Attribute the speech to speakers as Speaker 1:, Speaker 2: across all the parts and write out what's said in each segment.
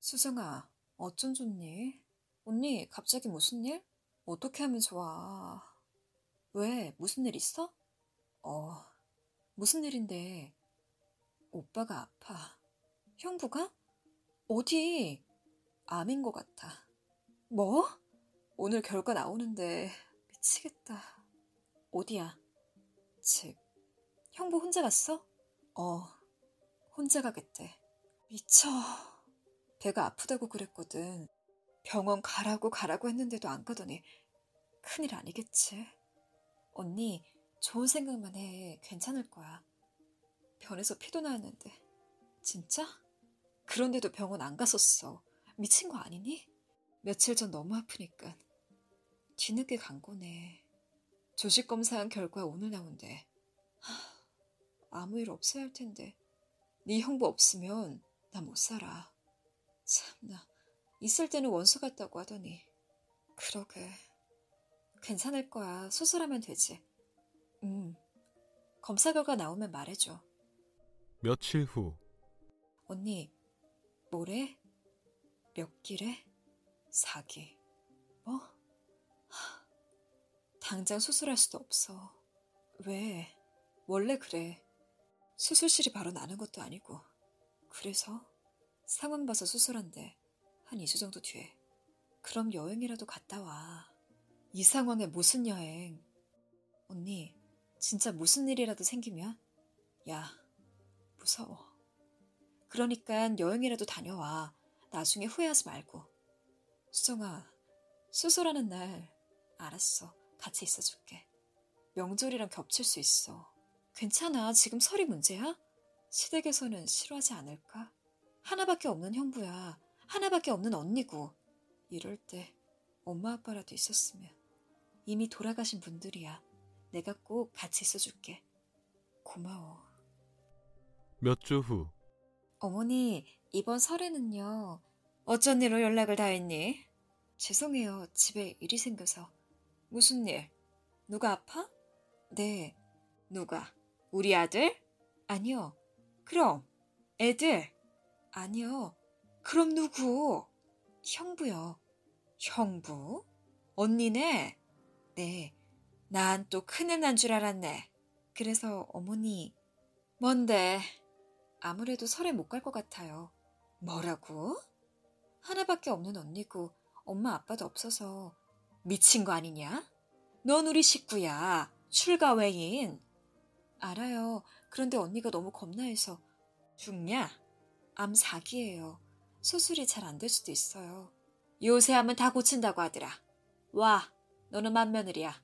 Speaker 1: 수승아, 어쩜 좋니? 언니, 갑자기 무슨 일? 어떻게 하면 좋아? 왜, 무슨 일 있어? 어, 무슨 일인데? 오빠가 아파. 형부가? 어디? 암인 것 같아. 뭐? 오늘 결과 나오는데 미치겠다. 어디야? 집. 형부 혼자 갔어? 어, 혼자 가겠대. 미쳐. 배가 아프다고 그랬거든. 병원 가라고 가라고 했는데도 안 가더니 큰일 아니겠지. 언니, 좋은 생각만 해. 괜찮을 거야. 변해서 피도 나왔는데. 진짜? 그런데도 병원 안 갔었어. 미친 거 아니니? 며칠 전 너무 아프니까. 뒤늦게 간 거네. 조식 검사한 결과 오늘 나온대. 하, 아무 일 없어야 할 텐데. 네 형부 없으면 나 못 살아. 참나. 있을 때는 원수 같다고 하더니. 그러게. 괜찮을 거야. 수술하면 되지. 음. 검사 결과 나오면 말해줘.
Speaker 2: 며칠 후
Speaker 1: 언니, 뭐래? 몇 길에? 사기. 뭐? 하, 당장 수술할 수도 없어. 왜? 원래 그래. 수술실이 바로 나는 것도 아니고. 그래서 상황 봐서 수술한대. 한 2주 정도 뒤에. 그럼 여행이라도 갔다 와. 이 상황에 무슨 여행? 언니, 진짜 무슨 일이라도 생기면? 야, 무서워. 그러니까 여행이라도 다녀와. 나중에 후회하지 말고. 수정아, 수술하는 날 알았어. 같이 있어줄게. 명절이랑 겹칠 수 있어. 괜찮아. 지금 설이 문제야? 시댁에서는 싫어하지 않을까? 하나밖에 없는 형부야. 하나밖에 없는 언니고. 이럴 때 엄마 아빠라도 있었으면. 이미 돌아가신 분들이야. 내가 꼭 같이 있어줄게. 고마워.
Speaker 2: 몇 주 후
Speaker 1: 어머니, 이번 설에는요. 어쩐 일로 연락을 다 했니? 죄송해요. 집에 일이 생겨서. 무슨 일? 누가 아파? 네. 누가? 우리 아들? 아니요. 그럼 애들? 아니요. 그럼 누구? 형부요. 형부? 언니네? 네. 난 또 큰애 난 줄 알았네. 그래서 어머니 뭔데? 아무래도 설에 못 갈 것 같아요. 뭐라고? 하나밖에 없는 언니고 엄마 아빠도 없어서 미친 거 아니냐? 넌 우리 식구야. 출가 외인. 알아요. 그런데 언니가 너무 겁나해서 죽냐? 암 사기예요. 수술이 잘 안 될 수도 있어요. 요새 암은 다 고친다고 하더라. 와, 너는 맏며느리야.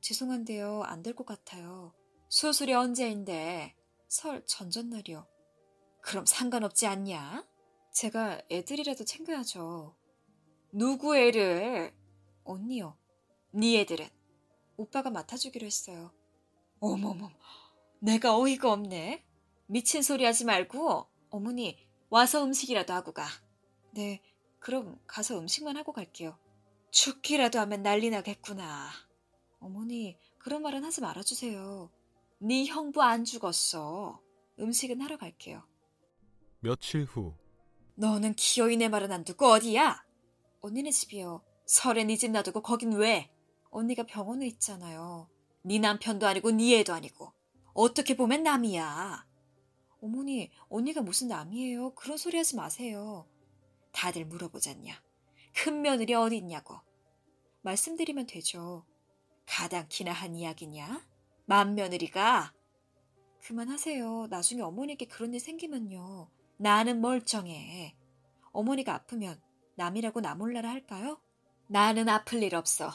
Speaker 1: 죄송한데요. 안 될 것 같아요. 수술이 언제인데? 설 전전날이요. 그럼 상관없지 않냐? 제가 애들이라도 챙겨야죠. 누구 애를? 언니요. 네 애들은? 오빠가 맡아주기로 했어요. 어머머, 내가 어이가 없네. 미친 소리 하지 말고 어머니 와서 음식이라도 하고 가. 네, 그럼 가서 음식만 하고 갈게요. 죽기라도 하면 난리 나겠구나. 어머니, 그런 말은 하지 말아주세요. 네 형부 안 죽었어. 음식은 하러 갈게요.
Speaker 2: 며칠 후
Speaker 1: 너는 기어이 내 말은 안 듣고 어디야? 언니네 집이요. 설에 네 집 놔두고 거긴 왜? 언니가 병원에 있잖아요. 네 남편도 아니고 네 애도 아니고. 어떻게 보면 남이야. 어머니, 언니가 무슨 남이에요? 그런 소리 하지 마세요. 다들 물어보잖냐. 큰 며느리 어디 있냐고. 말씀드리면 되죠. 가당키나 한 이야기냐? 맏며느리가? 그만하세요. 나중에 어머니께 그런 일 생기면요. 나는 멀쩡해. 어머니가 아프면 남이라고 나 몰라라 할까요? 나는 아플 일 없어.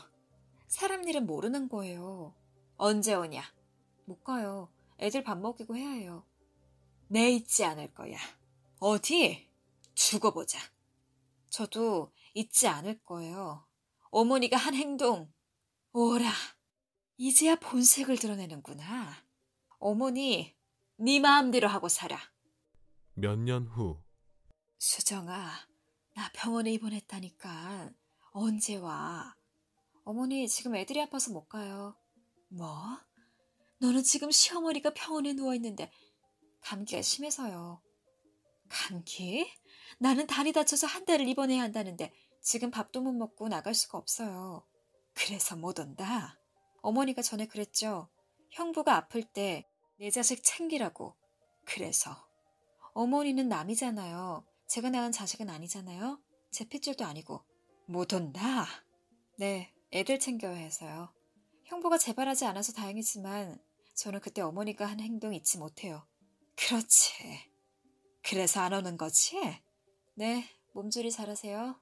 Speaker 1: 사람 일은 모르는 거예요. 언제 오냐? 못 가요. 애들 밥 먹이고 해야 해요. 내 잊지 않을 거야. 어디? 죽어보자. 저도 잊지 않을 거예요. 어머니가 한 행동. 오라. 이제야 본색을 드러내는구나. 어머니, 네 마음대로 하고 살아.
Speaker 2: 몇 년 후
Speaker 1: 수정아, 나 병원에 입원했다니까. 언제 와? 어머니, 지금 애들이 아파서 못 가요. 뭐? 너는 지금 시어머니가 병원에 누워있는데 감기가 심해서요. 감기? 나는 다리 다쳐서 한 달을 입원해야 한다는데 지금 밥도 못 먹고 나갈 수가 없어요. 그래서 못 온다. 어머니가 전에 그랬죠. 형부가 아플 때 내 자식 챙기라고. 그래서 어머니는 남이잖아요. 제가 낳은 자식은 아니잖아요. 제 핏줄도 아니고 못 온다. 네, 애들 챙겨야 해서요. 형부가 재발하지 않아서 다행이지만 저는 그때 어머니가 한 행동 잊지 못해요. 그렇지. 그래서 안 오는 거지? 네, 몸조리 잘하세요.